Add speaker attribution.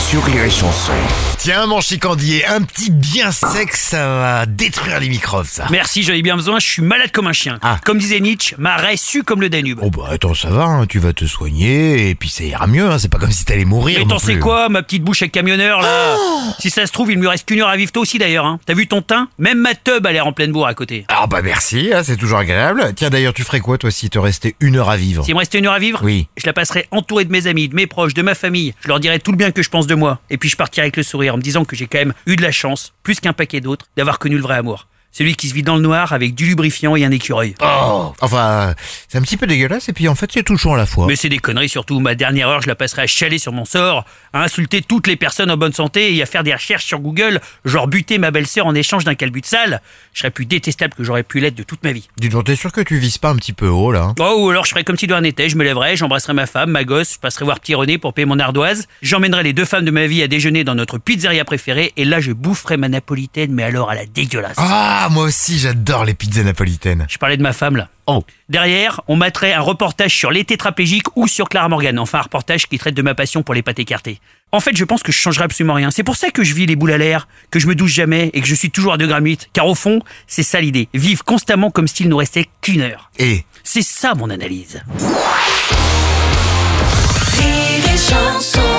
Speaker 1: sur Rire et Chanson.
Speaker 2: Tiens, mon chicandier, un petit bien sec, ça va détruire les microbes, ça.
Speaker 3: Merci, j'en ai bien besoin, je suis malade comme un chien.
Speaker 2: Ah.
Speaker 3: Comme disait Nietzsche, ma raie sue comme le Danube.
Speaker 2: Oh bah attends, ça va, hein, tu vas te soigner et puis ça ira mieux, hein, c'est pas comme si t'allais mourir.
Speaker 3: Mais
Speaker 2: non
Speaker 3: t'en sais
Speaker 2: plus. Ah.
Speaker 3: quoi, ma petite bouche à camionneur là Si ça se trouve, il me reste qu'une heure à vivre toi aussi d'ailleurs. hein. T'as vu ton teint Même ma teub a l'air en pleine bourre à côté.
Speaker 2: Ah bah merci, hein, c'est toujours agréable. Tiens d'ailleurs, tu ferais quoi toi si te restait une heure à vivre
Speaker 3: S'il me restait une heure à vivre,
Speaker 2: Oui.
Speaker 3: je la passerai entouré de mes amis, de mes proches, de ma famille. Je leur dirai tout le bien que je pense de moi. Et puis je partirai avec le sourire en me disant que j'ai quand même eu de la chance, plus qu'un paquet d'autres, d'avoir connu le vrai amour. Celui qui se vit dans le noir avec du lubrifiant et un écureuil.
Speaker 2: Oh Enfin, c'est un petit peu dégueulasse et puis en fait c'est touchant à la fois.
Speaker 3: Mais c'est des conneries surtout. Ma dernière heure, je la passerai à chialer sur mon sort, à insulter toutes les personnes en bonne santé et à faire des recherches sur Google, genre buter ma belle-sœur en échange d'un calbut sale. Je serais plus détestable que j'aurais pu l'être de toute ma vie.
Speaker 2: Dis donc, t'es sûr que tu vises pas un petit peu haut là hein
Speaker 3: Oh, ou alors je ferais comme si de rien n'était, je me lèverais, j'embrasserais ma femme, ma gosse, je passerais voir petit René pour payer mon ardoise, j'emmènerais les deux femmes de ma vie à déjeuner dans notre pizzeria préférée, et là je boufferais ma napolitaine, mais alors à la dégueulasse.
Speaker 2: Ah, moi aussi j'adore les pizzas napolitaines.
Speaker 3: Je parlais de ma femme là.
Speaker 2: Oh
Speaker 3: Derrière, on materait un reportage sur les tétraplégiques ou sur Clara Morgan. Enfin, un reportage qui traite de ma passion pour les pâtes écartées. En fait, je pense que je changerai absolument rien. C'est pour ça que je vis les boules à l'air, que je me douche jamais et que je suis toujours à 2 grammes 8. Car au fond, c'est ça l'idée. Vivre constamment comme s'il nous restait qu'une heure.
Speaker 2: Et
Speaker 3: C'est ça mon analyse.
Speaker 4: Rire et chanson